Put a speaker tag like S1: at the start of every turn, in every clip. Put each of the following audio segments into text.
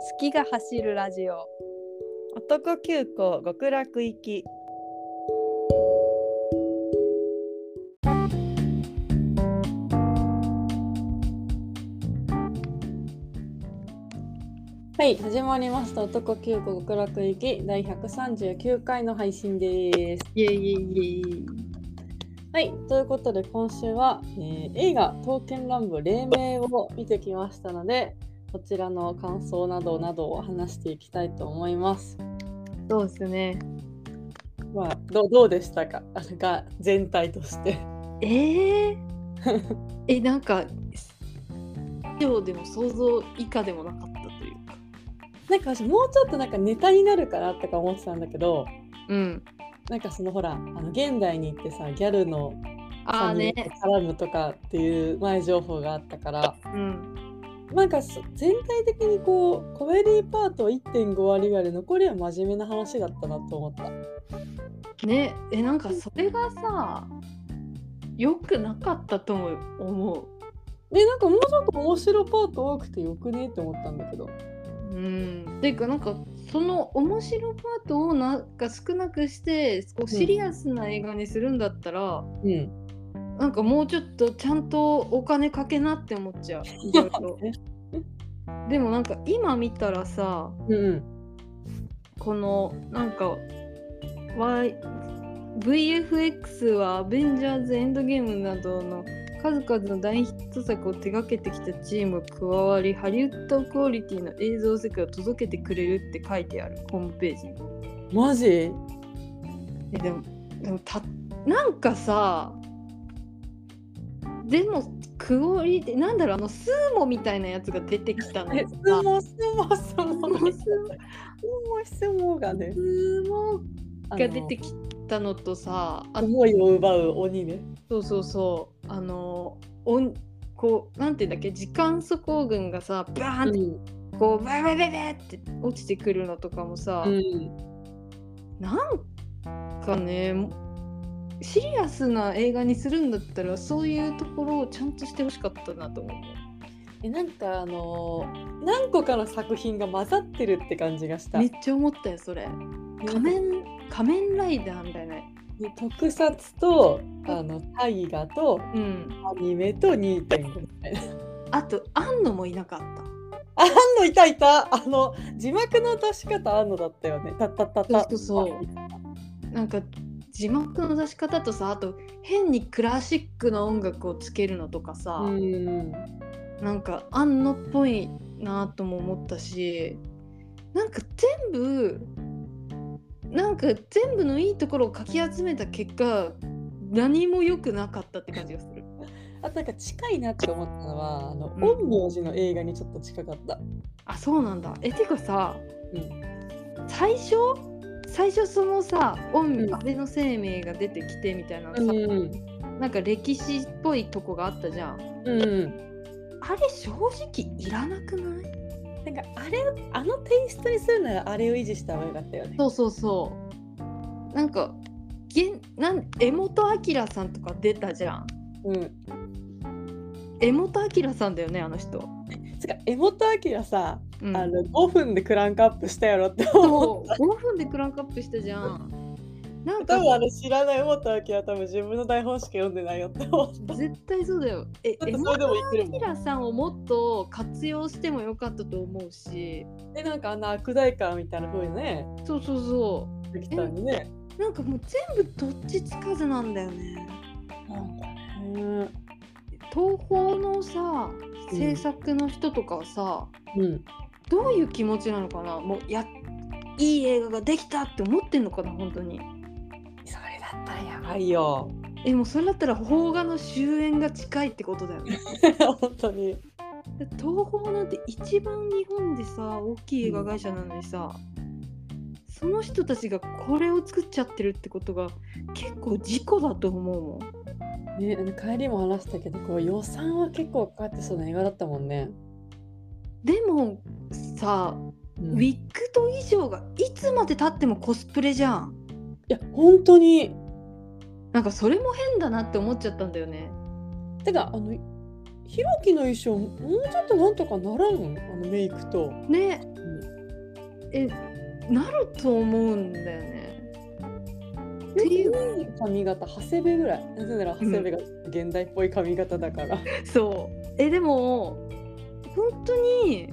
S1: 月が走るラジオ
S2: 男急行極楽行き
S3: はい、始まりました。男九個極楽行き第139回の配信です。
S1: イエイイエイイエイ
S3: はい、ということで今週は、えー映画「刀剣乱舞黎明」を見てきましたので、こちらの感想などなどを話していきたいと思います。
S1: そうですね
S3: まあ、どうどうでしたかあれが全体として。
S1: えー、 えなんか以上でも想像以下でもなかったというか
S3: なんか私もうちょっとなんかネタになるかなとか思ってたんだけど、
S1: うん
S3: なんかそのほらあの現代に行ってさギャルの
S1: ああね
S3: サムネが絡むとかっていう前情報があったから。
S1: うん
S3: なんかそ全体的にこうコメディパート1.5割ぐらいで残りは真面目な話だったなと思った
S1: ねえなんかそれがさ良くなかったとも思う
S3: でなんかもうちょっと面白パート多くてよくねって思ったんだけど
S1: うん、ていうかなんかその面白パートをなんか少なくしてこうシリアスな映画にするんだったら、
S3: うん
S1: なんかもうちょっとちゃんとお金かけなって思っちゃういろいろでもなんか今見たらさ
S3: うん
S1: このなんか、Y、VFX は「アベンジャーズ・エンドゲーム」などの数々の大ヒット作を手掛けてきたチームが加わりハリウッドクオリティの映像世界を届けてくれるって書いてあるホームページに。
S3: マジ
S1: えでもでもたなんかさでもクオリティなんだろうあのスーモみたいなやつが出てきたの
S3: え
S1: よ
S3: す
S1: さ
S3: もすもすも
S1: 相撲
S3: すもすもがね
S1: スーモ
S3: あ
S1: が
S3: の
S1: 出てきたのとさあ
S3: 思いを奪う鬼ね
S1: そうそうそうあのおんこうなんていうんだっけ時間素行軍がさバーンって
S3: ん
S1: こうバババババって落ちてくるのとかもさ、
S3: うん
S1: なんかねシリアスな映画にするんだったらそういうところをちゃんとしてほしかったなと思う。
S3: えなんかあのー何個かの作品が混ざってるって感じがした
S1: めっちゃ思ったよそれ仮面仮面ライダーみたいな
S3: で特撮とあの大河と
S1: うん
S3: アニメと2.5みたいな。
S1: あと庵野もいなかっ
S3: あんのいたいたあの字幕の出し方あんのだったよね。たったったった。
S1: そうそうそうたなんか字幕の出し方とさあと変にクラシックな音楽をつけるのとかさ、
S3: うん。
S1: なんか庵野っぽいなとも思ったしなんか全部なんか全部のいいところをかき集めた結果何も良くなかったって感じがする。
S3: あとなんか近いなって思ったのはあの、
S1: うん
S3: 陰陽師の映画にちょっと近かった。
S1: あそうなんだえてかさ、
S3: うん
S1: 最初最初そのさ「
S3: う
S1: 音
S3: ん
S1: 安倍の生命が出てきて」みたいなのさ、
S3: うん。
S1: なんか歴史っぽいとこがあったじゃん
S3: うん。
S1: あれ正直いらなくない
S3: なんかあれあのテイストにするならあれを維持した方がよかったよね。
S1: そうそうそうなんか現なん江本明さんとか出たじゃん
S3: うん。
S1: 江本明さんだよねあの人、
S3: つか江本明さ、
S1: うん、
S3: あの5分でクランクアップしたやろって思
S1: そ
S3: っ
S1: う5分でクランクアップしたじゃんなん
S3: た。 多
S1: か
S3: 分あの知らない江本明は多分自分の台本しか読んでないよって思った。
S1: 絶対そうだよえ
S3: だっ
S1: 江
S3: てそれ
S1: 本
S3: でも言ってるもん。
S1: 明さんをもっと活用してもよかったと思うし
S3: でなんかあの悪代官みたいな風にね
S1: そうそうそ
S3: できたんでね。
S1: うなんかもう全部どっちつかずなんだよね
S3: なんかね。
S1: 東宝のさ
S3: うん
S1: 制作の人とかはさ、
S3: うん。
S1: どういう気持ちなのかなもうやいい映画ができたって思ってんのかな本当に
S3: それだったらやばいよ。
S1: えもうそれだったら邦画の終焉が近いってことだよ ね
S3: 本当に。
S1: だって東宝なんて一番日本でさ大きい映画会社なのにさ、その人たちがこれを作っちゃってるってことが結構事故だと思うもん
S3: ね、あの帰りも話したけど、こう予算は結構かかってそうな映画だったもんね。
S1: でもさ、
S3: うん
S1: ウ
S3: い
S1: ィッグと衣装がいつまでたってもコスプレじゃん
S3: や、本当に。
S1: なんかそれも変だなって思っちゃったんだよね
S3: てか、あの。ひろきの衣装、もうちょっとなんとかならん、あのメイクと。
S1: ね、えなると思うんだよね。っていう
S3: う髪型長谷部ぐらいなぜなら長谷部が現代っぽい髪型だから、
S1: そうえでも本当に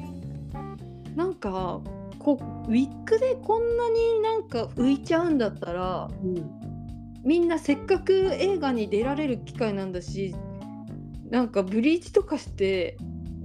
S1: なんかこうウィッグでこんなになんか浮いちゃうんだったらみんなせっかく映画に出られる機会なんだしなんかブリーチとかして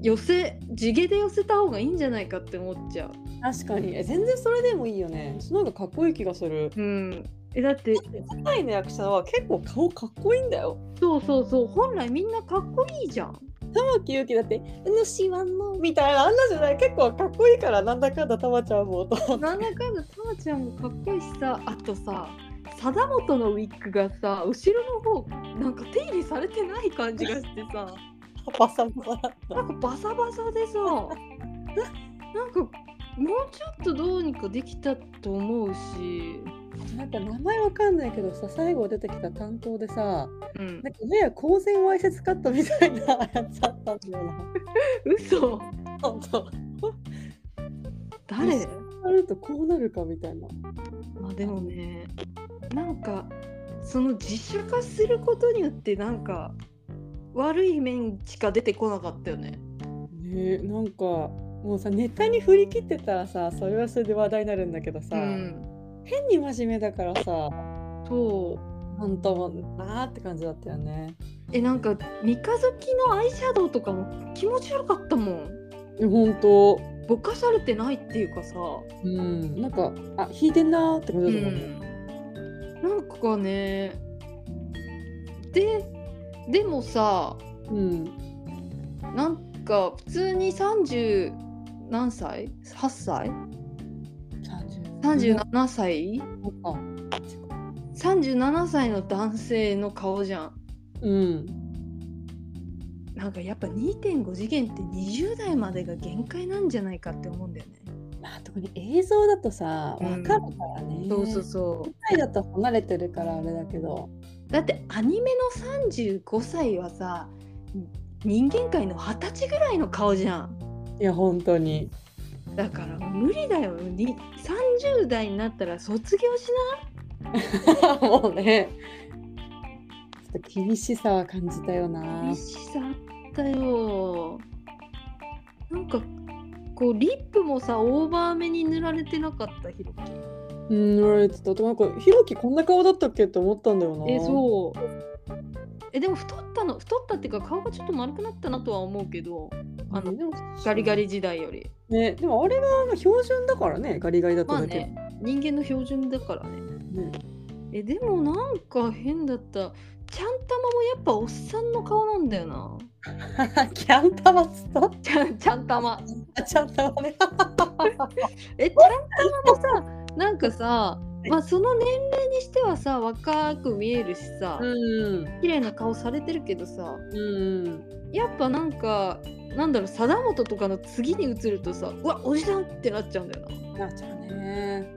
S1: 寄せ地毛で寄せた方がいいんじゃないかって思っちゃう。
S3: 確かにえ全然それでもいいよねその方がかっこいい気がする
S1: うん、えだって
S3: 世界の役者は結構顔かっこいいんだよ
S1: そうそうそう本来みんなかっこいいじゃん。
S3: 玉木ゆきだって「主はの」みたいなあんなじゃない結構かっこいいからなんだかんだ玉ちゃんもと
S1: なんだかんだたまちゃんもかっこいいしさあとさ貞本のウィッグがさ後ろの方なんか手入れされてない感じがしてさ
S3: パサパサだった
S1: なんかバサバサでさなんかもうちょっとどうにかできたと思うし、
S3: なんか名前わかんないけどさ最後出てきた担当でさ
S1: うん、
S3: なんかやや公然わいせつカットみたいなやつあったんだよな
S1: 嘘
S3: 本当
S1: 誰
S3: あるとこうなるかみたいな
S1: まあでもねなんかその自社化することによってなんか悪い面しか出てこなかったよね。
S3: ねえなんかもうさネタに振り切ってたらさそれはそれで話題になるんだけどさ、
S1: うん、
S3: 変に真面目だからさ
S1: そう
S3: なんともなーって感じだったよね
S1: えなんか三日月のアイシャドウとかも気持ち悪かったもん
S3: え本当
S1: ぼかされてないっていうかさ、
S3: うんなんかあ引いてんなーって感
S1: う
S3: じだったもんね、
S1: ん、なんかねででもさ
S3: うん
S1: なんか普通に30何歳 ?8 歳
S3: 30
S1: ?37 歳
S3: あ
S1: ?37 歳の男性の顔じゃん。
S3: うん
S1: なんかやっぱ2.5次元って20代までが限界なんじゃないかって思うんだよね。
S3: まあ特に映像だとさわ
S1: う
S3: か
S1: ん
S3: るからね、
S1: そうそうそう。
S3: 舞台だと離れてるからあれだけど
S1: だってアニメの35歳はさ人間界の二十歳ぐらいの顔じゃん
S3: いや本当に
S1: だから無理だよに30代になったら卒業しな
S3: もうねちょっと厳しさは感じたよな
S1: 厳しさあったよなんかこうリップもさオーバーめに塗られてなかったひろき
S3: うん言われてたなんかひろきこんな顔だったっけって思ったんだよな
S1: えそうえでも太ったの太ったっていうか顔がちょっと丸くなったなとは思うけどあの
S3: でも
S1: ガリガリ時代より
S3: ねでもあれが標準だからねガリガリだっ
S1: ま
S3: た
S1: あ
S3: だけ、
S1: ね人間の標準だからね
S3: ね
S1: えでもなんか変だったちゃんたまもやっぱおっさんの顔なんだよな
S3: キャンタマつった
S1: ちゃんちゃんたま
S3: あちゃんたまね
S1: えちゃんたまもさなんかさまあその年齢にしてはさ若く見えるしさ
S3: うん
S1: 綺麗な顔されてるけどさ
S3: うん
S1: やっぱなんかなんだろう貞本とかの次に映るとさうわおじさんってなっちゃうんだよ
S3: なっちゃうね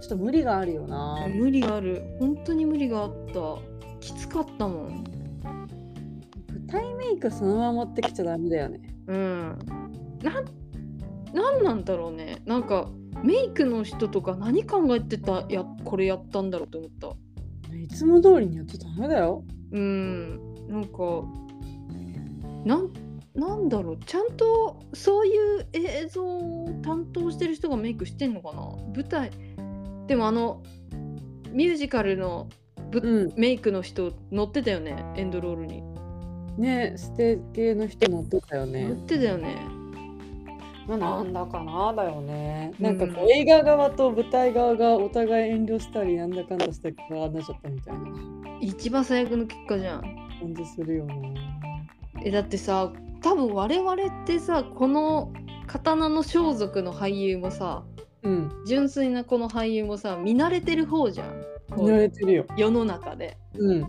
S3: ちょっと無理があるよな
S1: な無理がある本当に無理があったきつかったもん
S3: 舞台メイクそのまま持ってきちゃダメだよね
S1: うん、なんなんなんだろうねなんかメイクの人とか何考えてたやこれやったんだろうと思った
S3: いつも通りにやっちゃダメだよ
S1: うんなんかなんなんだろうちゃんとそういう映像を担当してる人がメイクしてんのかな舞台でもあのミュージカルのぶ
S3: うん
S1: メイクの人乗ってたよねエンドロールに
S3: ねステ系の人乗ってたよ
S1: 乗
S3: ね
S1: ってたよね
S3: まあ、なんだかなだよね。
S1: うん
S3: なんかこう映画側と舞台側がお互い遠慮したりなんだかんだしてこうなっちゃったみたいな感
S1: 一番最悪の結果じゃん
S3: じするよね。
S1: えだってさ多分我々ってさこの刀の装束の俳優もさ
S3: うん、
S1: 純粋なこの俳優もさ見慣れてる方じゃんこ
S3: 見ら
S1: う
S3: れてるよ。
S1: 世の中で
S3: うん、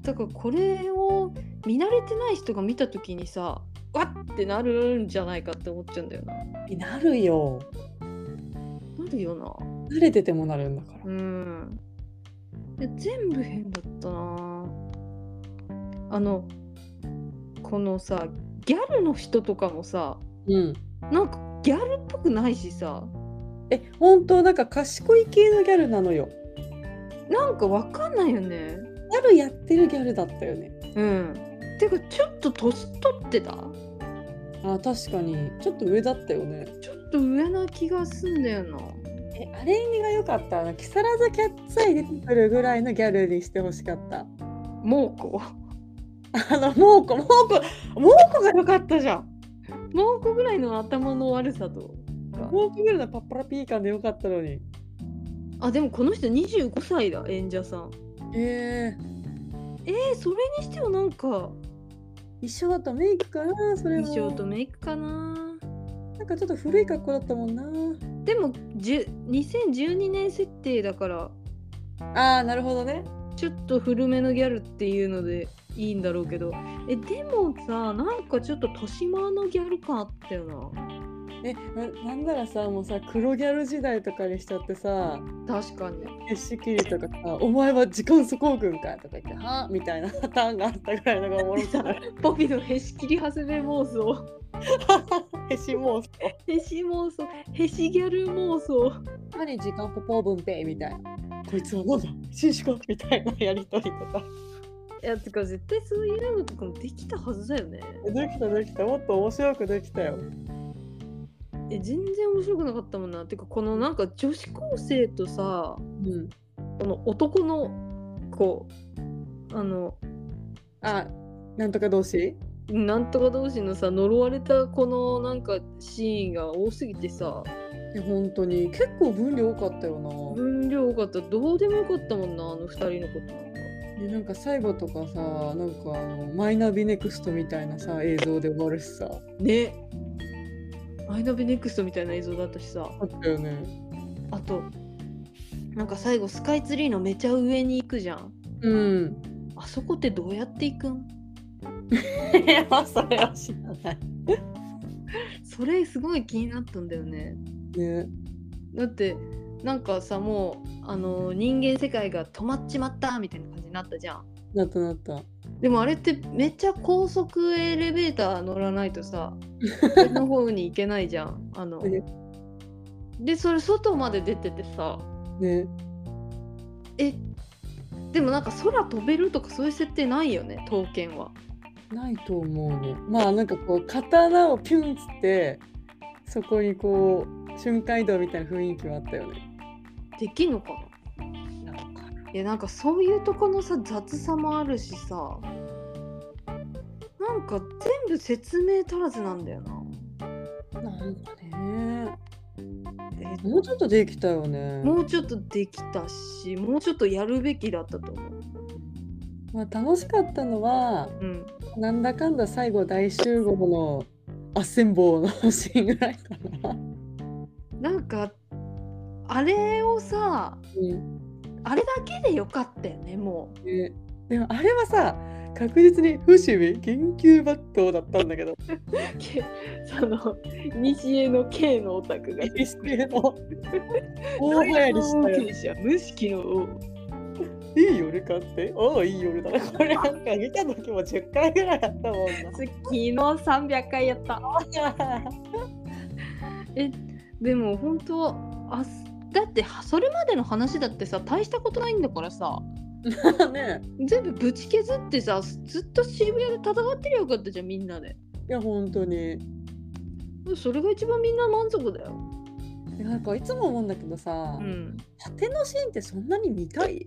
S1: だからこれを見慣れてない人が見た時にさわっってなるんじゃないかって思っちゃうんだよな
S3: なるよ。
S1: なるよな
S3: 慣れててもなるんだから。
S1: うんいや全部変だったなあのこのさギャルの人とかもさ
S3: うん、
S1: なんかギャルっぽくないしさ
S3: え本当なんか賢い系のギャルなのよ
S1: なんかわかんないよね
S3: ギャルやってるギャルだったよね
S1: うんてかちょっと年取ってた
S3: あ確かにちょっと上だったよね
S1: ちょっと上な気がすんだよな
S3: えアレイニが良かったあの木更津キャッツアイ出てくるぐらいのギャルにしてほしかった
S1: 猛虎
S3: あのモーコモーコモーコが良かったじゃん
S1: 猛虎ぐらいの頭の悪さと
S3: モーコギャルのパッパラピー感で良かったのに
S1: あでもこの人25歳だ演者さん
S3: ええ
S1: えー、それにしてはなんか
S3: 衣装とメイクかなそれも
S1: 衣装とメイクかな
S3: なんかちょっと古い格好だったもんな
S1: でも10 2012年設定だから
S3: あーなるほどね
S1: ちょっと古めのギャルっていうのでいいんだろうけどえでもさなんかちょっと豊島のギャル感あったよ
S3: えななんならさもうさ黒ギャル時代とかにしちゃってさ
S1: な確かに
S3: 決しきりとかさ「お前は時間素行軍か」とか言って「はあ」みたいなパターンがあったぐらいのがおもろ かった
S1: ポピのへし切り始め妄想
S3: へしもう
S1: へし妄想へしギャル妄想
S3: 何時間ポポー分ペイみたいなこいつはなんだ紳士かみたいなやりとりとか
S1: いやてか絶対そういうのとかもできたはずだよね
S3: できたできたもっと面白くできたよ
S1: え全然面白くなかったもんなてかこのなんか女子高生とさ
S3: うん
S1: この男の子あの
S3: あなんとか同士
S1: なんとか同士のさ呪われたこのなんかシーンが多すぎてさ
S3: いや本当に結構分量多かったよな、
S1: 分量多かったどうでもよかったもんなあの二人のことなんか
S3: でなんか最後とかさなんかあのマイナビネクストみたいなさ映像で終わるしさ
S1: ねマイナビネクストみたいな映像だったしさ
S3: あったよね
S1: あとなんか最後スカイツリーのめちゃ上に行くじゃん
S3: うん
S1: あそこってどうやって行くん
S3: いやそれは知らない。
S1: それすごい気になったんだよね
S3: ね、
S1: だってなんかさもうあの人間世界が止まっちまったみたいな感じになったじゃん
S3: なったなった。
S1: でもあれってめっちゃ高速エレベーター乗らないと さ上の方に行けないじゃんあの
S3: え
S1: でそれ外まで出ててさ
S3: ね、
S1: えでもなんか空飛べるとかそういう設定ないよね刀剣は
S3: ないと思うの。まあなんかこう刀をピュンっつってそこにこう瞬間移動みたいな雰囲気はあったよね。
S1: できんのかな
S3: なんか
S1: いやなんかそういうとこのさ雑さもあるしさなんか全部説明足らずなんだよな
S3: なんかね。
S1: え
S3: もうちょっとできたよね。
S1: もうちょっとできたしもうちょっとやるべきだったと思う
S3: まあ楽しかったのは
S1: うん
S3: なんだかんだ最後大集合のアッセンボーのシーンぐらいかな。
S1: なんかあれをさ
S3: うん
S1: あれだけでよかったよねも
S3: ねでもあれはさ確実に伏見研究抜刀だったんだけ ど。
S1: うけその西江の K のオタクが
S3: 意識の大流行りしたよ。
S1: した無意識の王
S3: いい夜かっておおいい夜だな。これなんか見た時も10回ぐらいあったもん
S1: 昨日300回やった
S3: な。
S1: えでも本当あすだってはそれまでの話だってさ大したことないんだからさ
S3: ね
S1: 全部ぶち削ってさずっと渋谷で戦ってりゃよかったじゃんみんなで
S3: いや本当に。
S1: それが一番みんな満足だよ
S3: いやなんかいつも思うんだけどさ、
S1: うん
S3: 縦のシーンってそんなに見たい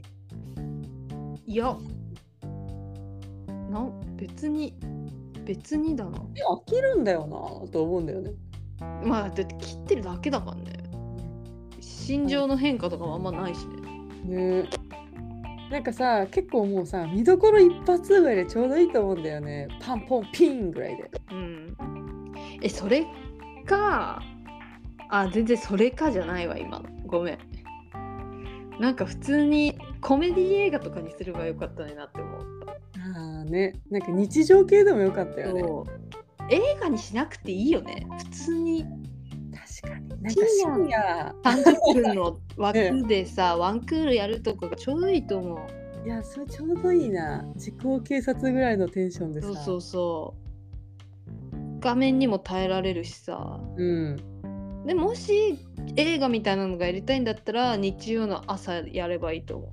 S1: いやな別に別にだな
S3: え飽きるんだよなと思うんだよね。
S1: まあだって切ってるだけだからね心情の変化とかはあんまないしね
S3: ねなんかさ結構もうさ見どころ一発ぐらいでちょうどいいと思うんだよねパンポンピンぐらいで。
S1: うんえそれかあ全然それかじゃないわ今のごめんなんか普通にコメディ映画とかにすればよかったねなって思った
S3: ああねなんか日常系でもよかったよね。
S1: そう映画にしなくていいよね普通に
S3: 確かに。なんか深夜
S1: 30分の枠でさ、ワンクールやるとかがちょうどいいと思う
S3: いやそれちょうどいいな時効警察ぐらいのテンションでさ
S1: そうそうそう画面にも耐えられるしさ
S3: うん
S1: でもし映画みたいなのがやりたいんだったら日曜の朝やればいいと思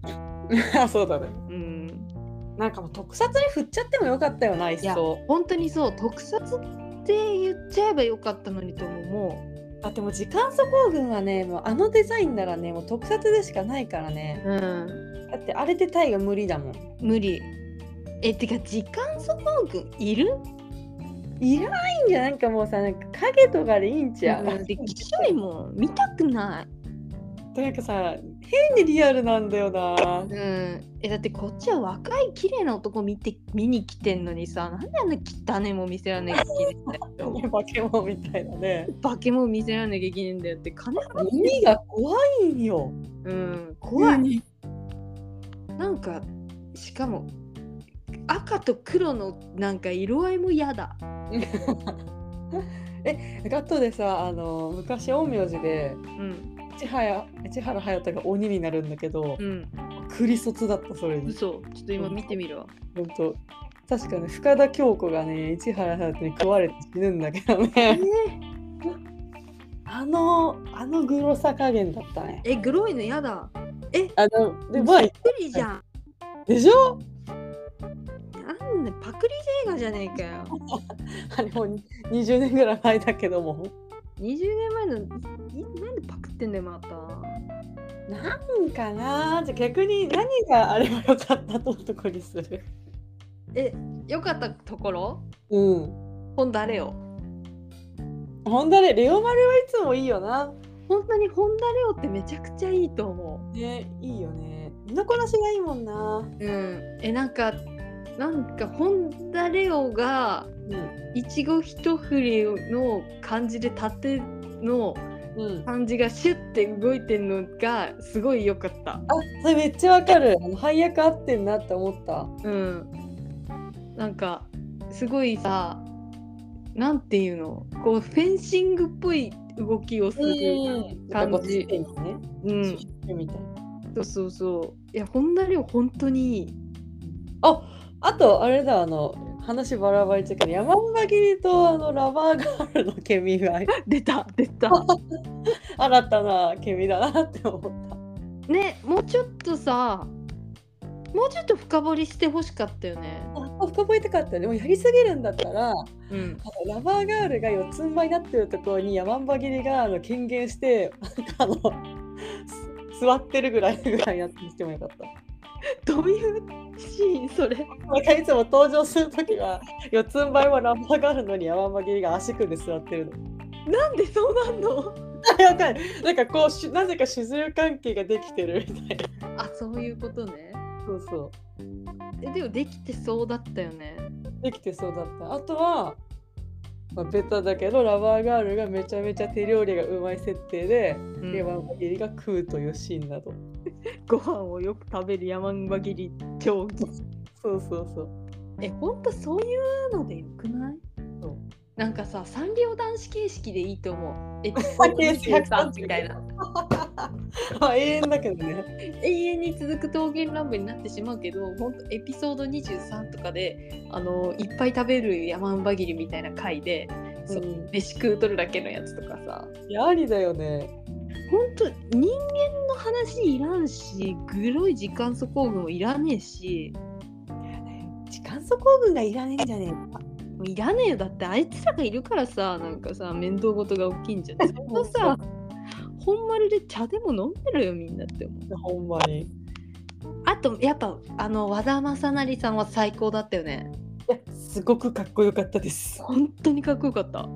S3: あそうだね
S1: う。うん、
S3: なんかもう特撮に振っちゃってもよかったよないっ
S1: いや
S3: そ
S1: 本当にそう特撮って言っちゃえばよかったのにと思うも
S3: あでも時間素行軍はねもうあのデザインならねもう特撮でしかないからね
S1: う、うん、
S3: だってあれでタイが無理だもん
S1: 無理。えてか時間速報軍いる
S3: いらないんじゃんなんかもうさなんか影とかでいいん
S1: い
S3: ちゃう、
S1: できしょいもん見たくない。
S3: なんかさ変にリアルなんだよな
S1: うん、えだってこっちは若い綺麗な男見て見に来てんのにさなんであんな汚ねもん見せらんなきゃいけ ないんだよ
S3: 化け物みたいなね
S1: 化け物見せらんなきゃいけないんだよって金払って
S3: 耳が怖いんよ
S1: うん怖いなんかしかも赤と黒のなんか色合いも嫌だ
S3: ガットでさあの昔陰陽師で
S1: うん
S3: 千早千原隼人が鬼になるんだけど、
S1: うん
S3: クリソツだったそれに
S1: 嘘ちょっと今見てみるわ
S3: 本当確かね深田恭子がね市原隼人に食われて死ぬんだけど ねあのあのグロさ加減だったね
S1: えグロいの嫌だ
S3: あのでまあ
S1: パクリじゃん
S3: でしょ
S1: なんでパクリ映画じゃねえかよ
S3: あれもう20年ぐらい前だけども
S1: 20年前のいなんでパクってんだよまた
S3: なんかなじゃあ逆に何があればよかったととこにする
S1: えよかったところ
S3: うん
S1: 本田レオ
S3: ほんだねレオ丸はいつもいいよな
S1: 本当に本田レオってめちゃくちゃいいと思
S3: ねいいよね身のこなしがいいもんな
S1: ううんえなんかなんか本田レオが
S3: うん
S1: いちご一振りの感じで縦の
S3: うん
S1: 感じがシュッて動いてるのがすごい良かった
S3: あそれめっちゃわかるあの配役合ってんなって思った
S1: うんなんかすごいさなんていうのこうフェンシングっぽい動きをする
S3: 感
S1: 感
S3: じ
S1: じ
S3: ね。
S1: うん
S3: みたいな。
S1: そうそうそういや本田レオ本当にいい
S3: あとあれだあの話バラバラにしてるけど山村切りとあのラバーガールのケミが
S1: 出た出 た
S3: 新たなケミだなって思った。
S1: ねもうちょっとさもうちょっと深掘りしてほしかったよね。
S3: あ深掘りたかったよね。もうやりすぎるんだったらあの
S1: うん、
S3: ラバーガールが四つん這いになってるところに山村切りがあの権限してなんかあのす 座ってるぐらいぐらいやってしてもよかった。
S1: どういうシーンそれ
S3: なんかいつも登場するときは四つん這いはラバーガールのに山村切りが足組んで座ってるの。
S1: なんでそうなんの
S3: わかるなんかこうしなぜか主従関係ができてるみたいな
S1: あそういうことね。
S3: そうそ
S1: えでもできてそうだったよね。
S3: うできてそうだったあとは、まあ、ベタだけどラバーガールがめちゃめちゃ手料理がうまい設定で、
S1: うん
S3: レバンバギリが食うというシーンなど
S1: ご飯をよく食べる山馬切り超
S3: そうそうそう
S1: えほんとそういうのでよくない
S3: そう
S1: なんかさ三両男子形式でいいと思う。え
S3: 形式
S1: みたいな。
S3: あ永遠だけどね
S1: 永遠に続く桃源乱舞になってしまうけど本当エピソード23とかであのいっぱい食べる山姥切りみたいな回でそううん飯食うとるだけのやつとかさ
S3: いやありだよね
S1: 本当人間の話いらんしグロい時間素行軍もいらねえし
S3: 時間素行軍がいらねえんじゃね
S1: もういらねえよだってあいつらがいるからさなんかさ面倒事が大きいんじゃんそれとさ本丸で茶でも飲んでるよみんなって思う
S3: えほんまにい
S1: あとやっぱあの和田正成さんは最高だったよね
S3: やすごくかっこよかったです
S1: 本当にかっこよかった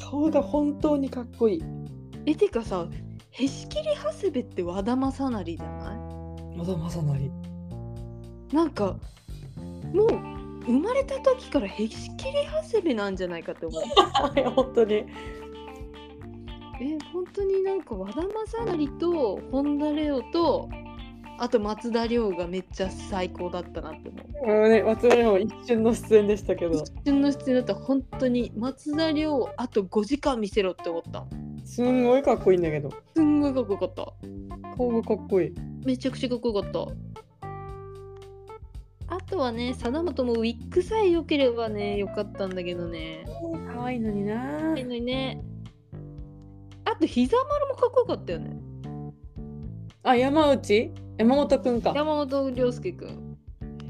S3: 顔が本当にかっこいい
S1: えてかさへしきり長谷部って和田正成じゃな
S3: 野田正成
S1: いなんかもう生まれた時からへしきり長谷部なんじゃないかって思 う
S3: あいや本当に
S1: え本当になんか和田正成と本田レオとあと松田涼がめっちゃ最高だったなって思う
S3: うんね、松村も一瞬の出演でしたけど
S1: 一、瞬の出演だったら本当に松田涼をあと5時間見せろって思った
S3: すんごいかっこいいんだけど、
S1: すんごいかっこよかった
S3: 顔がかっこいい。
S1: めちゃくちゃかっこよかった。あとはね、貞本もウィッグさえ良ければね、良かったんだけどね。
S3: 可愛いのにな
S1: ね、あと膝丸もかっこよかったよね
S3: あ、山内山本くんか。
S1: 山本涼介くん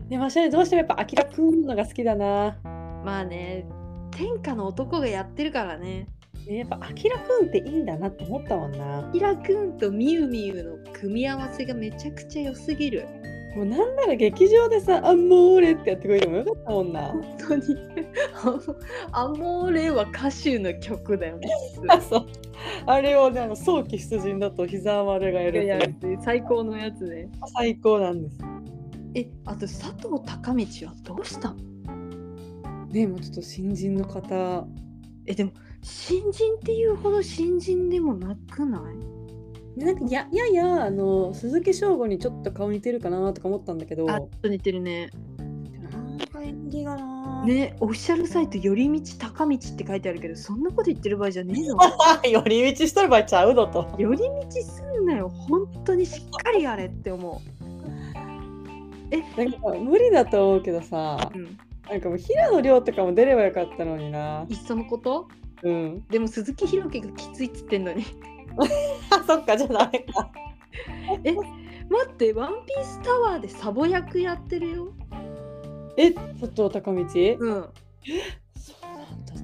S3: でも、私はどうしてもやっぱ、あきらくんのが好きだな。
S1: まあね天下の男がやってるからね
S3: ねやっぱ、あきらくんっていいんだなって思ったもんな。
S1: キラくんとみゆみゆの組み合わせがめちゃくちゃ良すぎる
S3: もうなんなら劇場でさ、あ、もうれってやってくれてもよかったもんな。
S1: 本当に アモーレは歌手の曲だよ ね
S3: あ、そう。あれをね、あの早期出陣だと膝丸がやるっていう
S1: 最高のやつね
S3: 最高なんです。
S1: えあと佐藤孝道はどうしたの
S3: ね、もうちょっと新人の方。
S1: えでも新人っていうほど新人でもなくない
S3: なんかやややあの鈴木翔吾にちょっと顔似てるかなとか思ったんだけど、
S1: あちょっと似てるね
S3: なんか演技がな。
S1: ねオフィシャルサイト「寄り道高道」って書いてあるけどそんなこと言ってる場合じゃねえ ぞ
S3: 寄り道しとる場合ちゃうのと。
S1: 寄り道すんなよ本当にしっかりやれって思
S3: なんか無理だと思うけどさ
S1: う、う、ん、
S3: なんかもう平野亮とかも出ればよかったのにな。
S1: いっそのこと
S3: うん。
S1: でも鈴木宏樹がきついっつってんのに
S3: あ、そっか、じゃあダメか。
S1: え待って「ワンピースタワーでサボ役やってるよ
S3: え、佐藤高道、
S1: うん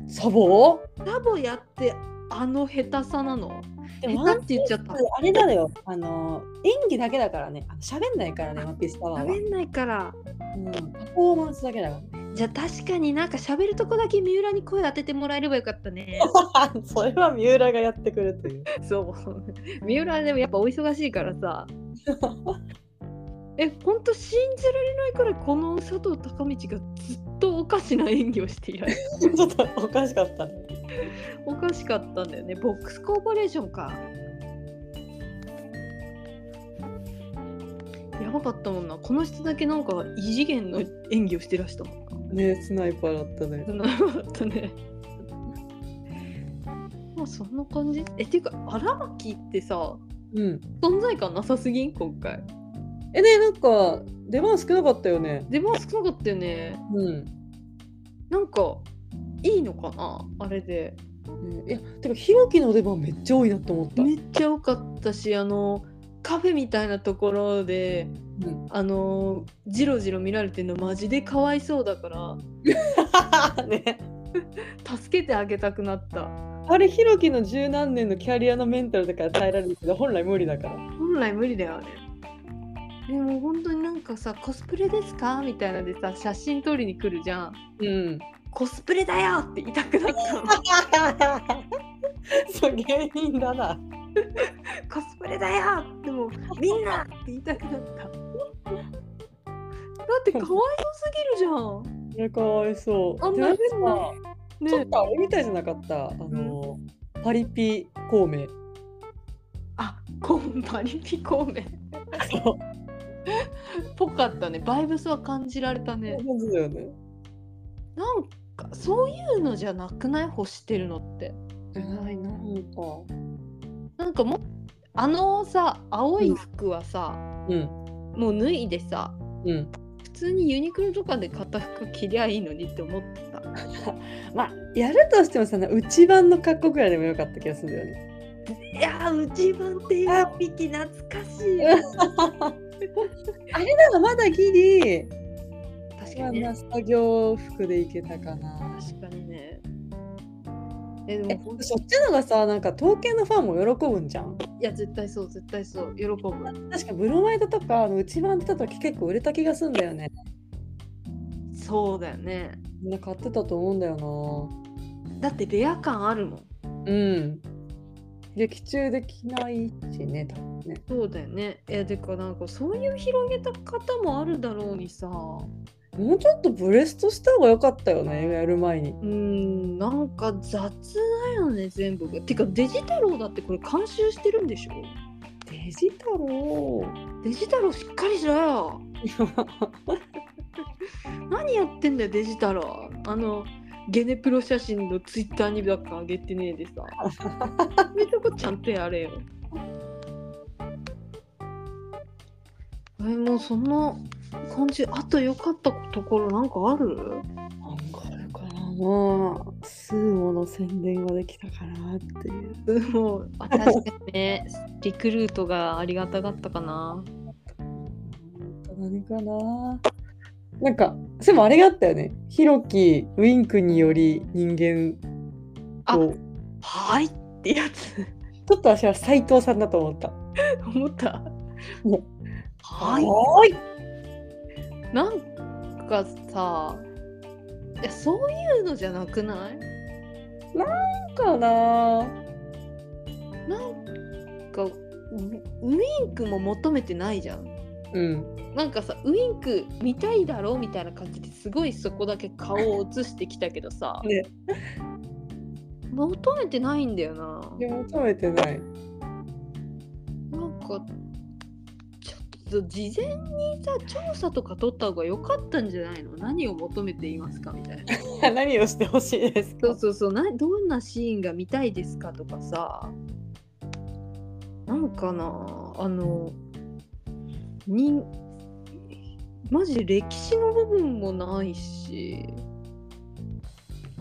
S3: サボ
S1: サボやってあの下手さなの
S3: で
S1: 下手って言っちゃった
S3: あれだよ。あの、演技だけだからね。あの喋んないからね、ワンピースタワーは。
S1: 喋んないから
S3: うん、パフォーマンスだけだよ。
S1: じゃあ確かになんか喋るとこだけ三浦に声当ててもらえればよかったね
S3: それは三浦がやってくるという。
S1: そう三浦はでもやっぱお忙しいから さえほんと信じられないくらいこの佐藤孝道がずっとおかしな演技をしていられる
S3: ちょっとおかしかったね。
S1: おかしかったんだよねボックスコーポレーションかやばかったもんなこの人だけなんか異次元の演技をしてらしたもんな
S3: ねスナイパーだったね。
S1: なるほどね。まあそんな感じ。えっていうか荒牧ってさ
S3: うん。
S1: 存在感なさすぎん今回。
S3: え、ねなんか、出番少なかったよね。
S1: 出番少なかったよね。
S3: うん。
S1: なんかいいのかなあれで。
S3: いや、てか、ひろきの出番めっちゃ多いなと思った。
S1: めっちゃ多かったしあのカフェみたいなところで。
S3: うん
S1: あのジロジロ見られてるのマジでかわいそうだから
S3: ね、
S1: 助けてあげたくなった
S3: あれ、ひろきの十何年のキャリアのメンタルだから耐えられるけど、本来無理だから。
S1: 本来無理だよねでも本当になんかさコスプレですかみたいなのでさ写真撮りに来るじゃん
S3: うん。
S1: コスプレだよって言いたくなった の
S3: そう、芸人だな。
S1: コスプレだよで もみんなって言いたくなっただってかわいそうすぎるじゃん
S3: あれ、かわいそう。
S1: あん
S3: で
S1: な
S3: なんか
S1: 変な
S3: ちょっ
S1: ね
S3: とあれみたいじゃなかった。あの、パリピ孔明。
S1: あコンパリピ孔明 ぽかったねバイブスは感じられたね
S3: そうだよね。
S1: なんかそういうのじゃなくない欲してるのって
S3: ない、なんか。
S1: なんかもうあのさ青い服はさ、
S3: うん。
S1: もう脱いでさ
S3: うん。
S1: 普通にユニクロとかで買った服着りゃいいのにって思ってた
S3: まあやるとしてもさ内番の格好ぐらいでもよかった気がするんだよ ね。
S1: いやー内番っていう
S3: あ
S1: 匹懐かし いよ
S3: あれならまだギリ
S1: 確
S3: あ
S1: か
S3: ん
S1: にね
S3: な作業服でいけたかな。
S1: 確かにねえ
S3: え
S1: でもほんい
S3: そっちのがさなんか刀剣のファンも喜ぶんじゃん。
S1: や絶対そう絶対そう喜ぶ
S3: 確かブロマイドとかあの内番出た時結構売れた気がするんだよね。
S1: そうだよね
S3: みんな買ってたと思うんだよ
S1: だってレア感あるもん
S3: な。うん。劇中できないしね多分ね。
S1: そうだよねえてかなんかそういう広げた方もあるだろうにさ
S3: もうちょっとブレストした方が良かったよねやる前に。
S1: うんなんか雑だよね全部がてかデジタロウだってこれ監修してるんでしょ
S3: デジタル
S1: デジタロウしっかりしろよ何やってんだよデジタロウあのゲネプロ写真のツイッターにばっか上げてねえでさそういうとこちゃんとやれよえもうそんな感じあと良かったところなんかある
S3: なんかあるかなまあ、スーモの宣伝ができたかなっていう。
S1: もう確かにねリクルートがありがたかったかな
S3: 何かななんか、でもあれがあったよね。ヒロキ、ウィンクにより人間と、
S1: はいってやつ
S3: ちょっと私は斎藤さんだと思った。
S1: 思った
S3: ね
S1: は
S3: おーい
S1: いなんかさいやそういうのじゃなくない
S3: かな
S1: なんかウウィンクも求めてないじゃん
S3: うん。
S1: なんかさウィンク見たいだろうみたいな感じですごいそこだけ顔を映してきたけどさ、
S3: ね
S1: 求めてないんだよな
S3: でも求めてない。
S1: なんかちょっと事前にさ調査とか取った方が良かったんじゃないの何を求めていますかみたいな
S3: 何をしてほしいです
S1: そうそうそうなどんなシーンが見たいですかとかさなんかなあの人マジ歴史の部分もないし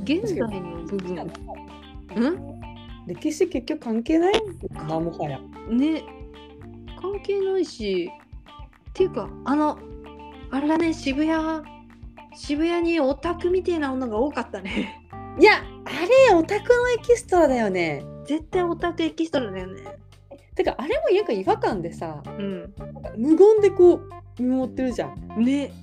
S1: 現代の部分ん
S3: 歴史結局関係ないのかなもはや。
S1: ね関係ないしっていうかあのあれだね渋谷渋谷にオタクみてえな女が多かったね
S3: いや、あれ、オタクのエキストラだよね。
S1: 絶対オタクエキストラだよね
S3: てか、あれもなんか違和感でさ、
S1: う
S3: 無言でこう、見守ってるじゃん。
S1: んね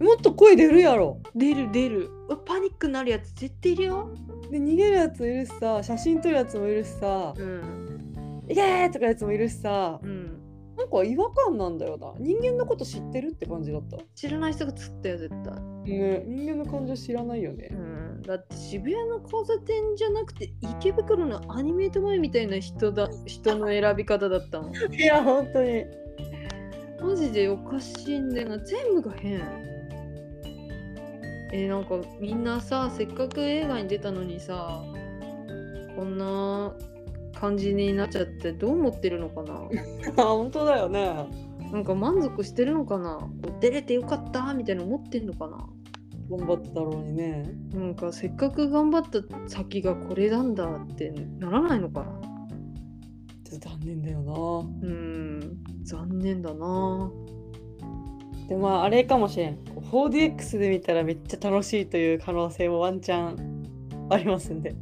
S3: もっと声出るやろ。
S1: 出る出るうわパニックになるやつ絶対いるよ
S3: で、逃げるやついるしさ、写真撮るやつもいるしさ、
S1: うん
S3: イエーイとかやつもいるしさ、
S1: うん
S3: なんか違和感なんだよな。人間のこと知ってるって感じだった。
S1: 知らない人が作ったよ絶対、
S3: ね、人間の感情知らないよね
S1: う。ん、だって渋谷の交差点じゃなくて池袋のアニメート前みたいな人だ人の選び方だった の
S3: いや、本当に。
S1: マジでおかしいんだよな全部が変えーなんかみんなさせっかく映画に出たのにさこんな感じになっちゃってどう思ってるのかな
S3: あ、本当だよね。
S1: なんか満足してるのかなこう出れてよかったみたいな思ってんのかな
S3: 頑張ってたろうにね。
S1: なんかせっかく頑張った先がこれなんだってならないのかな
S3: ちょっと残念だよな。
S1: うーん残念だな
S3: でまああれかもしれんこう 4DX で見たらめっちゃ楽しいという可能性もワンチャンありますんで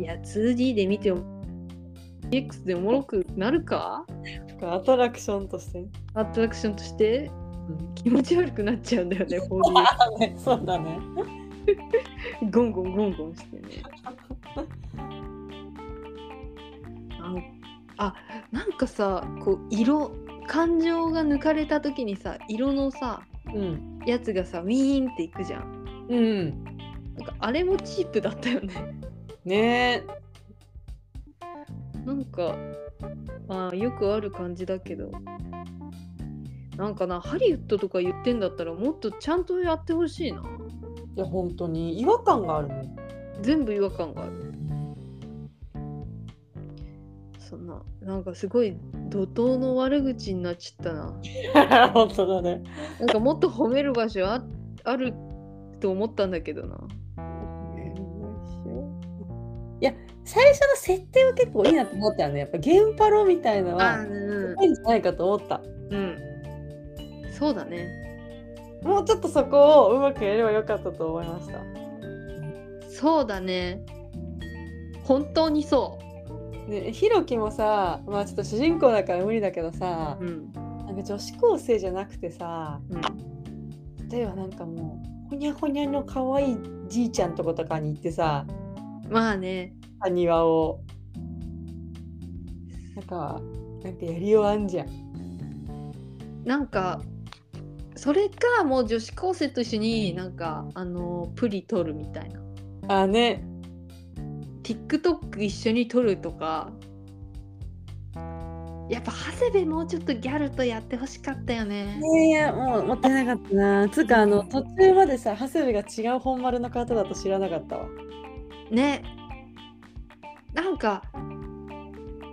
S1: いや 2D で見ても X でおもろくなるか
S3: これアトラクションとしてね、
S1: アトラクションとして
S3: うん、
S1: 気持ち悪くなっちゃうんだ よね 4D
S3: そうだね
S1: ゴンゴンゴンゴンしてねあのあなんかさこう色感情が抜かれた時にさ色のさ
S3: うん
S1: やつがさウィーンっていくじゃん
S3: うん
S1: なんかあれもチープだったよね
S3: ねえ
S1: なんかあーよくある感じだけどなんかなハリウッドとか言ってんだったらもっとちゃんとやってほしいない
S3: や本当に違和感があるね
S1: 全部違和感があるそんななんかすごい怒涛の悪口になっちゃったな
S3: 本当だね
S1: なんかもっと褒める場所ああると思ったんだけどない
S3: や最初の設定は結構いいなと思ったよねやっぱゲームパロみたいのは
S1: うん
S3: いいんじゃないかと思った
S1: うんそうだね
S3: もうちょっとそこをうまくやればよかったと思いました
S1: そうだね本当にそ
S3: ね、ひろきもさまあちょっと主人公だから無理だけどさ
S1: う、うん
S3: なんか女子高生じゃなくてさ
S1: うん、
S3: 例えばなんかもうほにゃほにゃの可愛いじいちゃんとことかに行ってさ
S1: まあね
S3: 庭をなんかなんかやりようあんじゃん
S1: なんかそれかもう女子高生と一緒になんかあのプリ撮るみたいな
S3: あね
S1: TikTok 一緒に撮るとかやっぱ長谷部もうちょっとギャルとやってほしかったよね
S3: ねいやもう持ってなかったなつうかあの途中までさ長谷部が違う本丸の方だと知らなかったわ
S1: ねなんか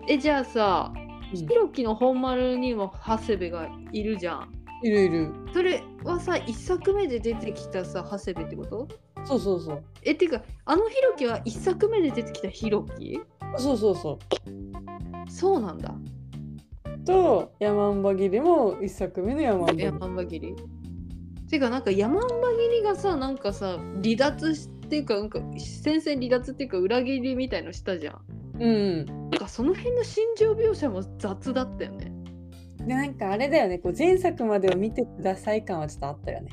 S1: えじゃあさ
S3: う
S1: ひ
S3: ん
S1: ろきの本丸にも長谷部がいるじゃん
S3: いるいる
S1: それはさ1作目で出てきたさ長谷部ってこと
S3: そうそうそう。
S1: えっていうかあのひろきは1作目で出てきたひろき
S3: そうそうそ
S1: そうなんだ
S3: う。と、山んば切りも一作目の山んば切り。
S1: 山んば切り。てかなんか山んば切りがさなんかさ離脱しっていうかなんか戦線離脱っていうか裏切りみたいのしたじゃん。
S3: うん。
S1: なんかその辺の心情描写も雑だったよね。
S3: で、なんかあれだよね、こう前作までを見てください感はちょっとあったよね。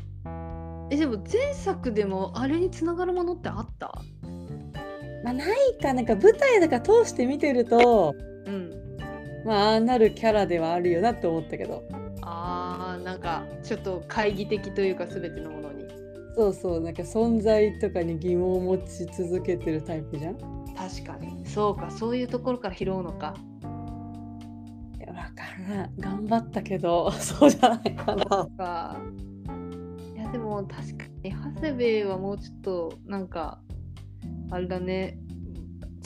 S1: えでも前作でもあれにつながるものってあった
S3: まあ、ないか、なんか舞台だから通して見てると、
S1: うん。
S3: まあ、ああなるキャラではあるよなって思ったけど。
S1: あーなんかちょっと懐疑的というか全てのものに。
S3: そうそう、なんか存在とかに疑問を持ち続けてるタイプじゃん。
S1: 確かにそうかそういうところから拾うのか。
S3: いや、わからん。頑張ったけど、 そうじゃないかな。
S1: かいやでも確かに長谷部はもうちょっとなんかあれだね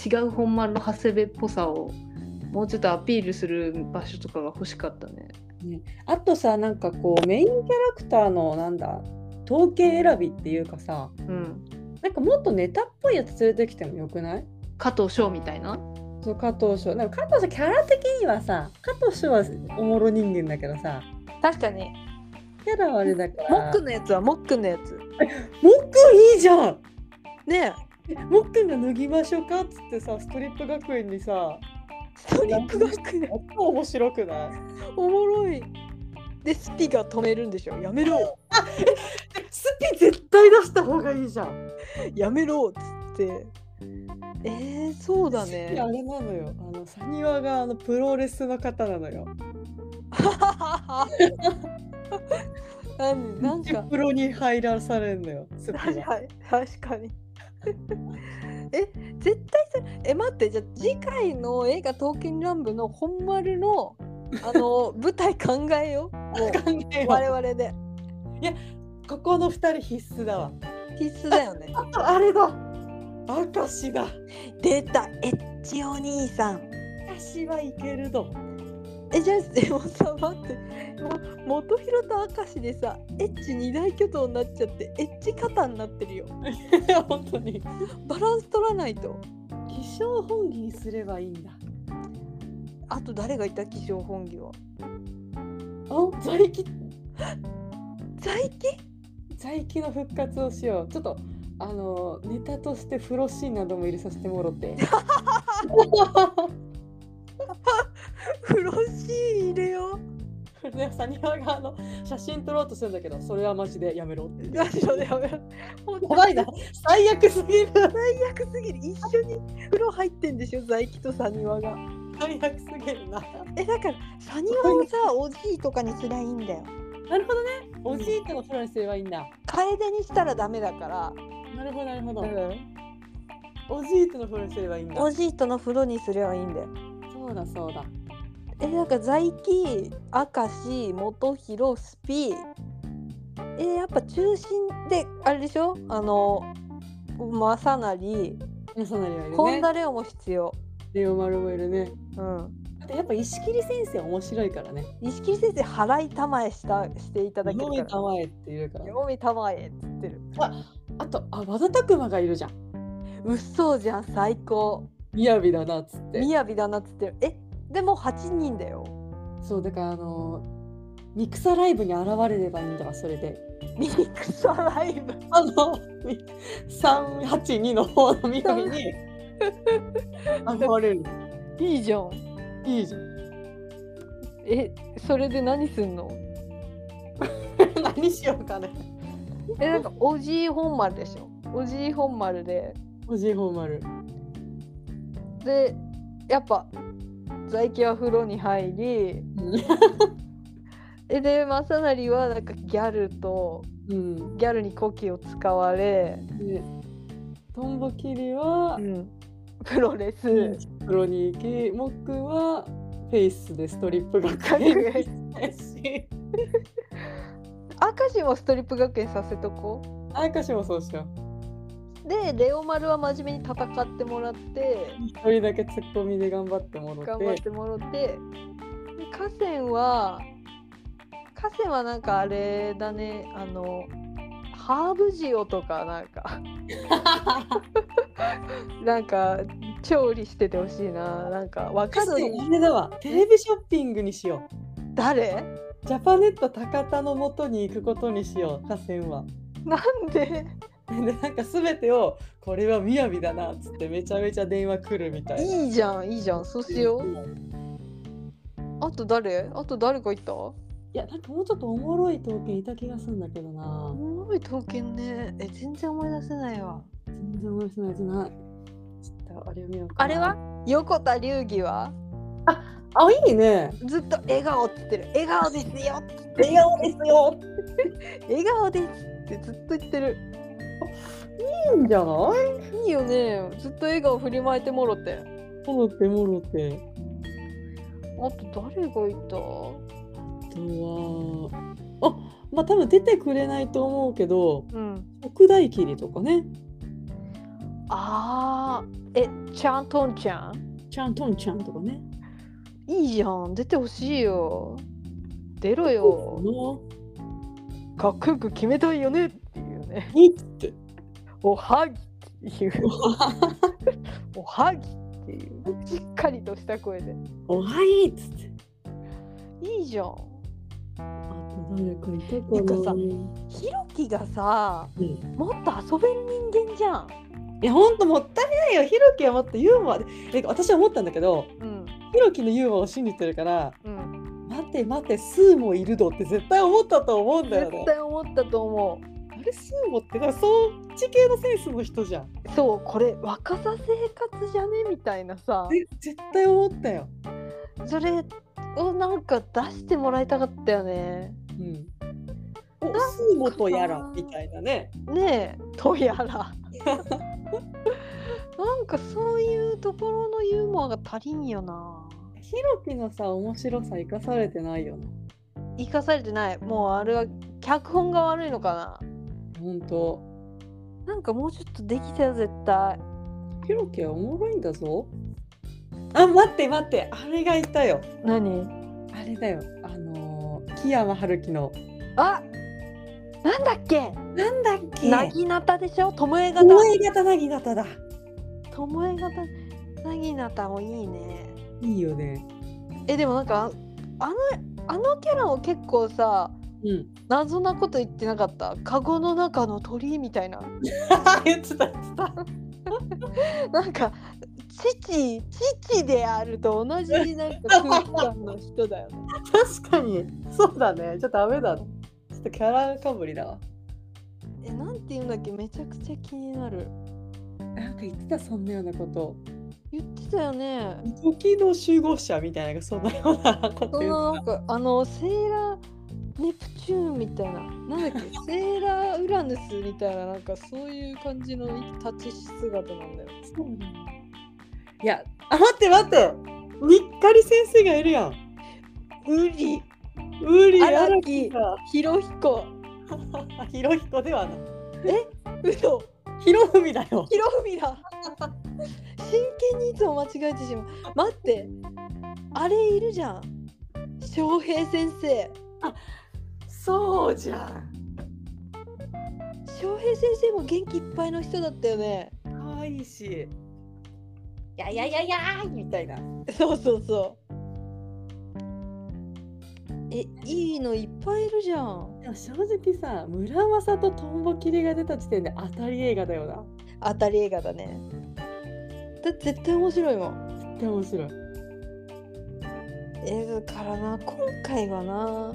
S1: 違う本丸の長谷部っぽさをもうちょっとアピールする場所とかが欲しかったね
S3: あとさ、なんかこう、メインキャラクターの、なんだ、統計選びっていうかさ、
S1: うん
S3: なんかもっとネタっぽいやつ連れてきてもよくない
S1: 加藤翔みたいな
S3: そう加藤翔なんか加藤さんキャラ的にはさ加藤翔はおもろ人間だけどさ
S2: 確かに。
S3: キャラはあれだから
S2: モックのやつはモックのやつ。
S3: モックンいいじゃん
S2: ね
S3: モックンが脱ぎましょうかっつってさストリップ学園にさ
S2: え、ストリップ学園
S3: 面白くない
S2: おもろい。で、スピが止めるんでしょ。やめろ、
S3: スピ絶対出した方がいいじゃん
S2: やめろっつって。えー、そうだ
S3: スピあ
S2: ね。
S3: れなのよあのサニワがあのプロレスの方なのよ
S2: なんなん か。
S3: プロに入らされんのよスピ
S2: はい
S3: が
S2: はい確かにえ絶対さえ待ってじゃあ次回の映画「刀剣乱舞」の本丸のあ の舞台考えようもう
S3: 考え
S2: 我
S3: よ
S2: 々で
S3: うここの二人必須だわ
S2: 必須だよ ね
S3: あれだ明石だ
S2: 出たエッチお兄さん
S3: 私はいけるぞ。
S2: えじゃあでもさ待って もう元弘と明石でさエッチ二大巨頭になっちゃってエッチ肩になってるよ
S3: 本当に。
S2: バランス取らないと
S3: 気象本気にすればいいんだ。
S2: あと誰がいた気象本義は
S3: あ、在気
S2: 在気
S3: 在気の復活をしよう。ちょっとあのネタとして風呂シーンなども入れさせてもろ て。
S2: 風呂シーン入れよう
S3: ね、サニワがあの写真撮ろうとするんだけど、それはマジでやめろって。
S2: ラジオでやめろ。もう
S3: やばいな。最悪すぎる。
S2: 最悪すぎる。一緒に風呂入ってんでしょ、在木とサニワが。
S3: 最悪すぎるな。
S2: え、だから、サニワをさ、おじいとかにすりゃいいんだよ。
S3: なるほどね。おじいとの風呂にすればいいんだ。
S2: 楓にしたらダメだから。
S3: なるほどなるほど。おじいとの風呂にすればいいんだ。
S2: おじいとの風呂にすりゃいいんだよ。
S3: そうだそうだ。
S2: え、なんか在木、明石、元弘、スピ。え、やっぱ中心で、あれでしょあの。正成、
S3: そうなるよね。
S2: 本田レオも必要。
S3: レオマルもいるね。
S2: うん。
S3: あとやっぱ石切先生面白いからね。
S2: 錦織先生、払いたまえした、していただけるから。
S3: 読みたまえっていうから。
S2: 読みたまえっつってる。
S3: あとあ和田拓馬がいるじゃん。
S2: うっそうじゃん最高。
S3: みやびだなっつって。
S2: みやびだなっつってる。えでも8人だよ。
S3: そうだからあのー、ミクサライブに現れればいいんだわそれで。
S2: ミックスライブ。
S3: あの三八二の方のみやびに現れる。
S2: いいじゃん。
S3: いいじゃん。
S2: えそれで何すんの
S3: 何しようかね。
S2: えなんかおじい本丸でしょ。おじい本丸で。
S3: おじいほんまる。
S2: でやっぱ在家は風呂に入り。えで正成はなんかギャルと
S3: うん。
S2: ギャルに古希を使われ、
S3: でトンボ切りは。
S2: プロレス。
S3: プロに行き、モックンはフェイスでストリップ学
S2: 学
S3: 園し、
S2: 明石もストリップ学園させとこう。
S3: あやかしもそうしよう。
S2: でレオ丸は真面目に戦ってもらって
S3: 一人だけツッコミで頑張ってもら
S2: 頑
S3: っ、
S2: 張っててもらってで河川は河川はなんかあれだねあのハーブ塩とかなんかなんか調理しててほしいななんか若
S3: 確か
S2: か
S3: にあれだわテレビショッピングにしよ
S2: 誰
S3: うジャパネット高田のもとに行くことにしよう河川は
S2: なんで
S3: でなんか全てをこれは雅だなっつってめちゃめちゃ電話来るみたいない
S2: いじゃんいいじゃんそうしようあと誰あと誰かいたお
S3: いやなんかもうちょっとおもろい統計いた気がするんだけどな
S2: もろい刀剣ねえ全然思い出せないわ
S3: 全然思い出せないですないちょっとあれを見ようかな
S2: あれは横田流儀は
S3: あいいね
S2: ずっと笑顔って言ってる笑顔ですよって
S3: 笑顔ですよ
S2: 笑顔ですってずっと言ってる
S3: いいんじゃない
S2: いいよねずっと笑顔振りまいてもろて
S3: もろてもろて
S2: あと誰がいた
S3: あとはあまあ多分出てくれないと思うけど
S2: うん
S3: 奥大切りとかね
S2: あーえちゃんとんちゃん
S3: ちゃんとんちゃんとかね
S2: いいじゃん出てほしいよ出ろ
S3: う
S2: よかっこよく決めたいよねっていうね
S3: いっつって
S2: おはぎって いうおはぎっていうしっかりとした声で
S3: おはいっつって
S2: いいじゃん
S3: あと誰かいた
S2: なん
S3: か
S2: か
S3: な
S2: さひろきがさ、
S3: うん
S2: もっと遊べる人間じゃん
S3: いやほんともったいないよひろきはもっとユーモアでで私は思ったんだけど
S2: うん
S3: ひろきのユーモアを信じてるから
S2: うん
S3: 待て待てスーもいるどって絶対思ったと思うんだよね
S2: 絶対思ったと思
S3: あれスーモってなんかそっち系のセンスの人じゃん
S2: うそうこれ若さ生活じゃねみたいなさ
S3: ぜ絶対思ったよ
S2: それをなんか出してもらいたかったよね
S3: うんおスーモとやらみたいな ね
S2: ねえとやらなんかそういうところのユーモアが足りんよな
S3: ひろきのさ面白さ生かされてないよね
S2: 生かされてないもうあれは脚本が悪いのか
S3: ほんと
S2: ななんかもうちょっとできたよ絶対
S3: ひろきはおもろいんだぞあ待って待ってあれがいたよ
S2: 何
S3: あれだよあのー、木山春樹の
S2: あなんだっけ
S3: なんだっけ
S2: なぎなたでしょともえ型
S3: 思い型なぎなただ
S2: ともえ型なぎなたもいいね
S3: いいよね
S2: えでもなんかあのあのキャラを結構さ
S3: うん
S2: 謎なこと言ってなかったカゴの中の鳥みたいな
S3: 言ってた言ってた
S2: なんか父父であると同じなんか空間の人だよね
S3: 確かにそうだねちょっとダメだちょっとキャラかぶりだわ
S2: えなんていうんだっけめちゃくちゃ気になる
S3: なんか言ってたそんなようなこと
S2: 言ってたよね
S3: 時の集合者みたいなのがそんなようなこと
S2: そ
S3: 言う
S2: のなんかあのセーラーネプチューンみたいななんだっけセーラーウラヌスみたいななんかそういう感じの立ち姿なんだよ
S3: そうなんだいやあ待って待ってにっかり先生がいるやん
S2: ウリ
S3: ウリ
S2: 荒
S3: 荒木
S2: 木
S3: が
S2: ヒロヒコ
S3: ひろひこではない
S2: ウソ
S3: ひろふみだよ
S2: ヒロフミだ真剣にいつも間違えてしまう待ってあれいるじゃん翔平先生
S3: そうじゃん
S2: 翔平先生も元気いっぱいの人だったよね
S3: 可愛いしややややーみたいな
S2: そうそうそう。え、いいのいっぱいいるじゃん。
S3: でも正直さ村正とトンボ切りが出た時点で当たり映画だよな
S2: 当たり映画だね。だって絶対面白いもん。
S3: 絶対面白い
S2: え、だからな、今回はな、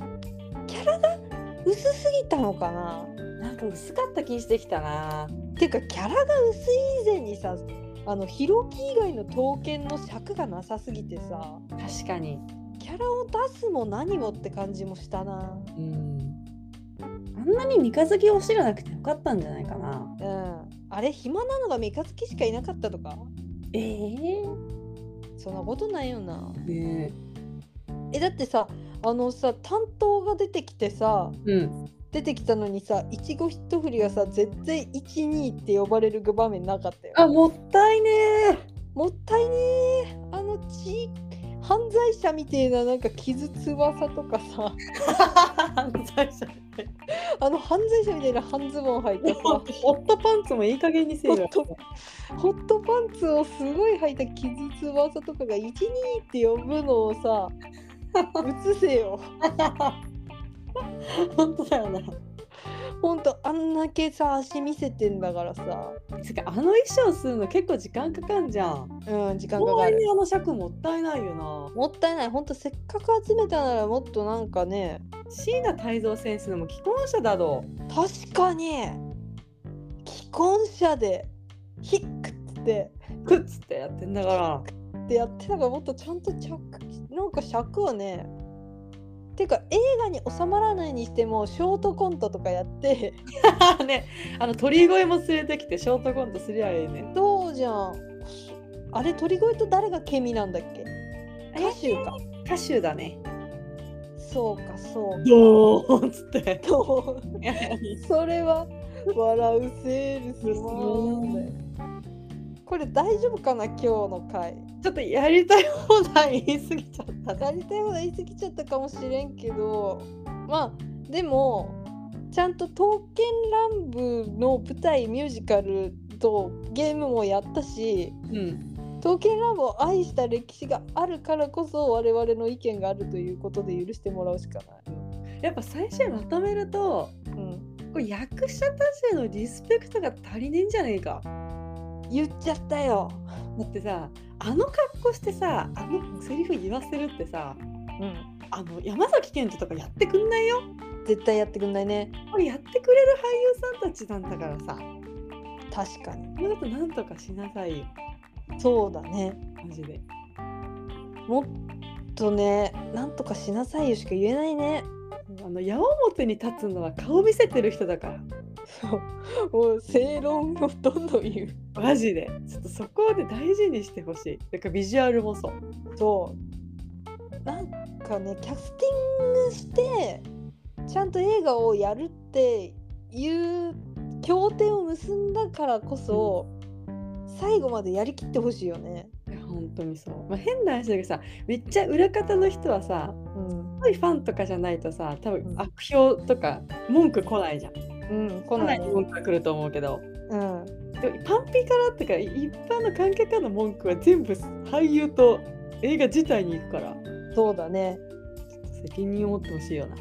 S2: キャラが薄すぎたのかな。
S3: なんか薄かった気してきたな
S2: ていうか、キャラが薄い以前にさ、あの、ひろき以外の刀剣の尺がなさすぎてさ、
S3: 確かに
S2: キャラを出すも何もって感じもしたな。
S3: うんあんなに三日月推しがなくてよかったんじゃないかな
S2: うん。あれ、暇なのが三日月しかいなかったとか
S3: ええ
S2: そんなことないよな。
S3: ね
S2: えだってさあのさ担当が出てきてさ
S3: えうん
S2: 出てきたのにさいちご一振りがさ絶対12って呼ばれる場面なかったよ
S3: あもったいね
S2: もったいねえあのち犯罪者みてえななんか傷つわさとかさ
S3: ー 犯罪者
S2: あの犯罪者みたいな半ズボン履いたさ
S3: ホットパンツもいい加減にせえよ。
S2: ホッホットパンツをすごい履いた傷つわさとかが「12」って呼ぶのをさ映せよ
S3: 本当だよな。
S2: ほんとあんだけさ足見せてんだからさ
S3: つうかあの衣装するの結構時間かかんじゃん。
S2: うん時間か
S3: こ
S2: か
S3: ん
S2: る
S3: にあの尺もったいないよ
S2: もったいないほんとせっかく集めたならもっとなんかね
S3: な。椎名泰造選手のも既婚者だろう。
S2: 確かに既婚者でヒックって
S3: くっつってやってんだから。
S2: ってやってなんかもっとちゃんと着なんか尺をねていうか映画に収まらないにしてもショートコントとか やって
S3: ね、あの鳥声も連れてきてショートコントすりゃいいね。
S2: どうじゃんあれ鳥越と誰がケミなんだっけ歌手か
S3: 歌手だね。
S2: そうかそう
S3: どうっ つ って。
S2: と それは笑うセールスマンだよこれ大丈夫かな今日の回
S3: ちょっとやりたい放題言い過ぎちゃったね。
S2: やりたいほど言い過ぎちゃったかもしれんけどまあでもちゃんと「刀剣乱舞」の舞台ミュージカルとゲームもやったし
S3: うん。
S2: 刀剣乱舞を愛した歴史があるからこそ我々の意見があるということで許してもらうしかない。
S3: やっぱ最初にまとめると、
S2: うん、
S3: これ役者たちへのリスペクトが足りねえんじゃねえか。
S2: 言っちゃったよ。
S3: だってさ、あの格好してさ、あのセリフ言わせるってさ、
S2: うん、
S3: あの山崎賢人とかやってくんないよ。
S2: 絶対やってくんないね。
S3: これやってくれる俳優さんたちなんだからさ、
S2: 確かに。
S3: このことなんとかしなさいよ。
S2: そうだね。
S3: マジで。
S2: もっとね、なんとかしなさいよしか言えないね。
S3: あの矢面に立つのは顔見せてる人だから。
S2: そう。もう正論をどんどん言う。
S3: マジでちょっとそこをね大事にしてほしいだからビジュアルもそう
S2: そうなんかねキャスティングしてちゃんと映画をやるっていう協定を結んだからこそ、最後までやりきってほしいよね。
S3: いや本当にそう、まあ、変な話だけどさめっちゃ裏方の人はさ
S2: うん、
S3: すごいファンとかじゃないとさ多
S2: う
S3: 分
S2: ん
S3: 悪評とか文句来ないじゃん
S2: うん、来
S3: 来
S2: な
S3: ないい
S2: ね。
S3: 文句が来ると思うけど
S2: うん、
S3: でもパンピからってか一般の観客からの文句は全部俳優と映画自体に行くから
S2: そうだね。
S3: ちょっと責任を持ってほしいよな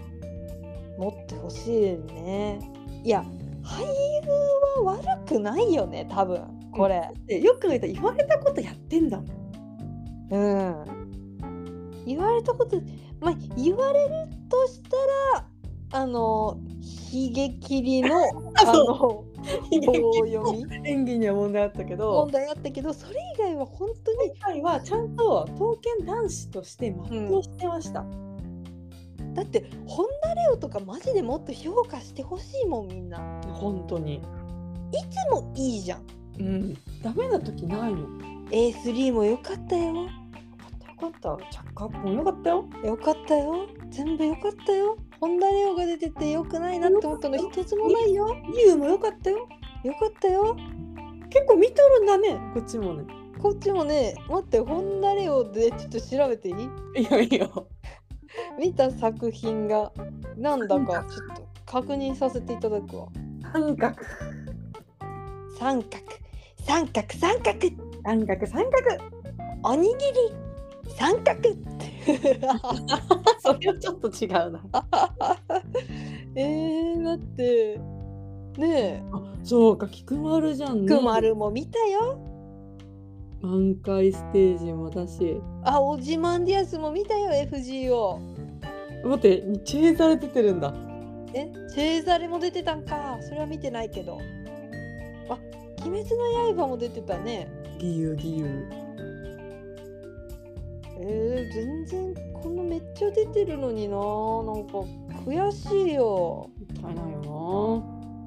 S2: 持ってほしいね。いや、俳優は悪くないよね、多分これ。
S3: でよく考えたら言われたことやってんだもん
S2: うん、言われたこと、まあ、言われるとしたらあの悲劇りの あの棒読み
S3: 演技には問題あったけど
S2: 問題あったけどそれ以外は本当に
S3: 今回はちゃんと刀剣男子として全うしてました、
S2: だって本田レオとかマジでもっと評価してほしいもんみんな
S3: 本当に
S2: いつもいいじゃん
S3: うんダメな時ないのよ
S2: A3 も良かったよ
S3: かったよかったチャックアップもよかったよ
S2: 良かったよ全部良かったよ本田レオが出てて良くないなって思ったの一つもないよ
S3: ユウもよかったよ
S2: 良かったよ
S3: 結構見とるんだねこっちもね
S2: こっちもね待って本田レオでちょっと調べていい
S3: いやいや
S2: 見た作品がなんだかちょっと確認させていただくわ
S3: 三角
S2: 三角三角三角
S3: 三角三角
S2: おにぎり三角
S3: それはちょっと違うな
S2: えー、だってねえ
S3: そうか菊丸じゃんね
S2: くまるも見たよ
S3: 満開ステージもだし
S2: あオジマンディアスも見たよ FGO
S3: 待ってチェーザー出てるんだ
S2: えチェーザレも出てたんかそれは見てないけどあ鬼滅の刃も出てたね
S3: 義勇義勇
S2: えー、全然このめっちゃ出てるのにななんか悔しいよ
S3: もったいないよ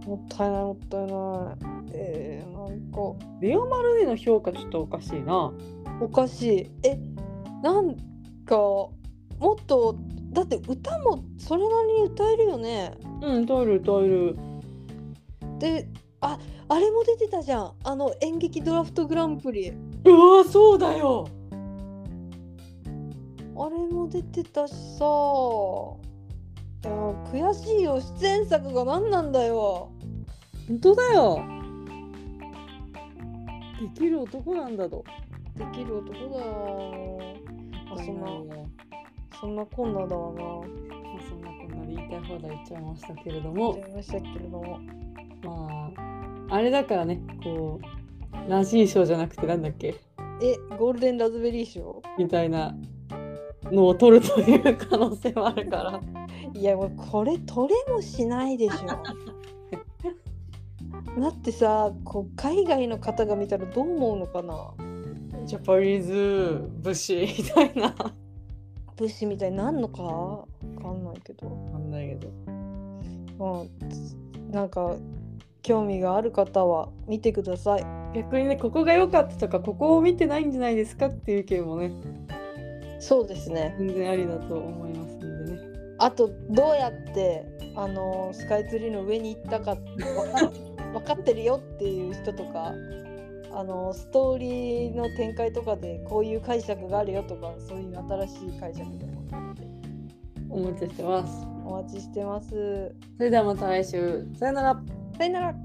S2: もったいないもったいないえー、なんか
S3: なレオマルネの評価ちょっとおかしいな
S2: おかしいえなんかもっとだって歌もそれなりに歌えるよね
S3: うん歌える歌える
S2: でああれも出てたじゃんあの演劇ドラフトグランプリ
S3: うわそうだよ
S2: あれも出てたしさや悔しいよ出演作が何なんだよ
S3: 本当だよできる男なんだと
S2: できる男だよあそん
S3: も
S2: な
S3: う
S2: そんなこんなだわな
S3: そんなこんなで言いたい放題言っちゃいましたけれど
S2: 言っ
S3: も
S2: ちゃいましたけれども
S3: まああれだからねこうラジー賞じゃなくてなんだっけ
S2: えゴールデンラズベリー賞
S3: みたいなのを取るという可能性もある から
S2: いやもうこれ取れもしないでしょだってさこう海外の方が見たらどう思うのかな
S3: ジャパニーズ武士みたいな
S2: 武士みたいになんのかわかんないけど、
S3: わかんないけど
S2: まあ、なんか興味がある方は見てください
S3: 逆にねここが良かったとかここを見てないんじゃないですかっていう意見もね
S2: そうですね
S3: 全然ありだと思いますんでね
S2: あとどうやってあのスカイツリーの上に行ったか分 かわかってるよっていう人とかあのストーリーの展開とかでこういう解釈があるよとかそういう新しい解釈でも
S3: お待ちしてます
S2: お待ちしてます。
S3: それではまた来週さよなら
S2: さよなら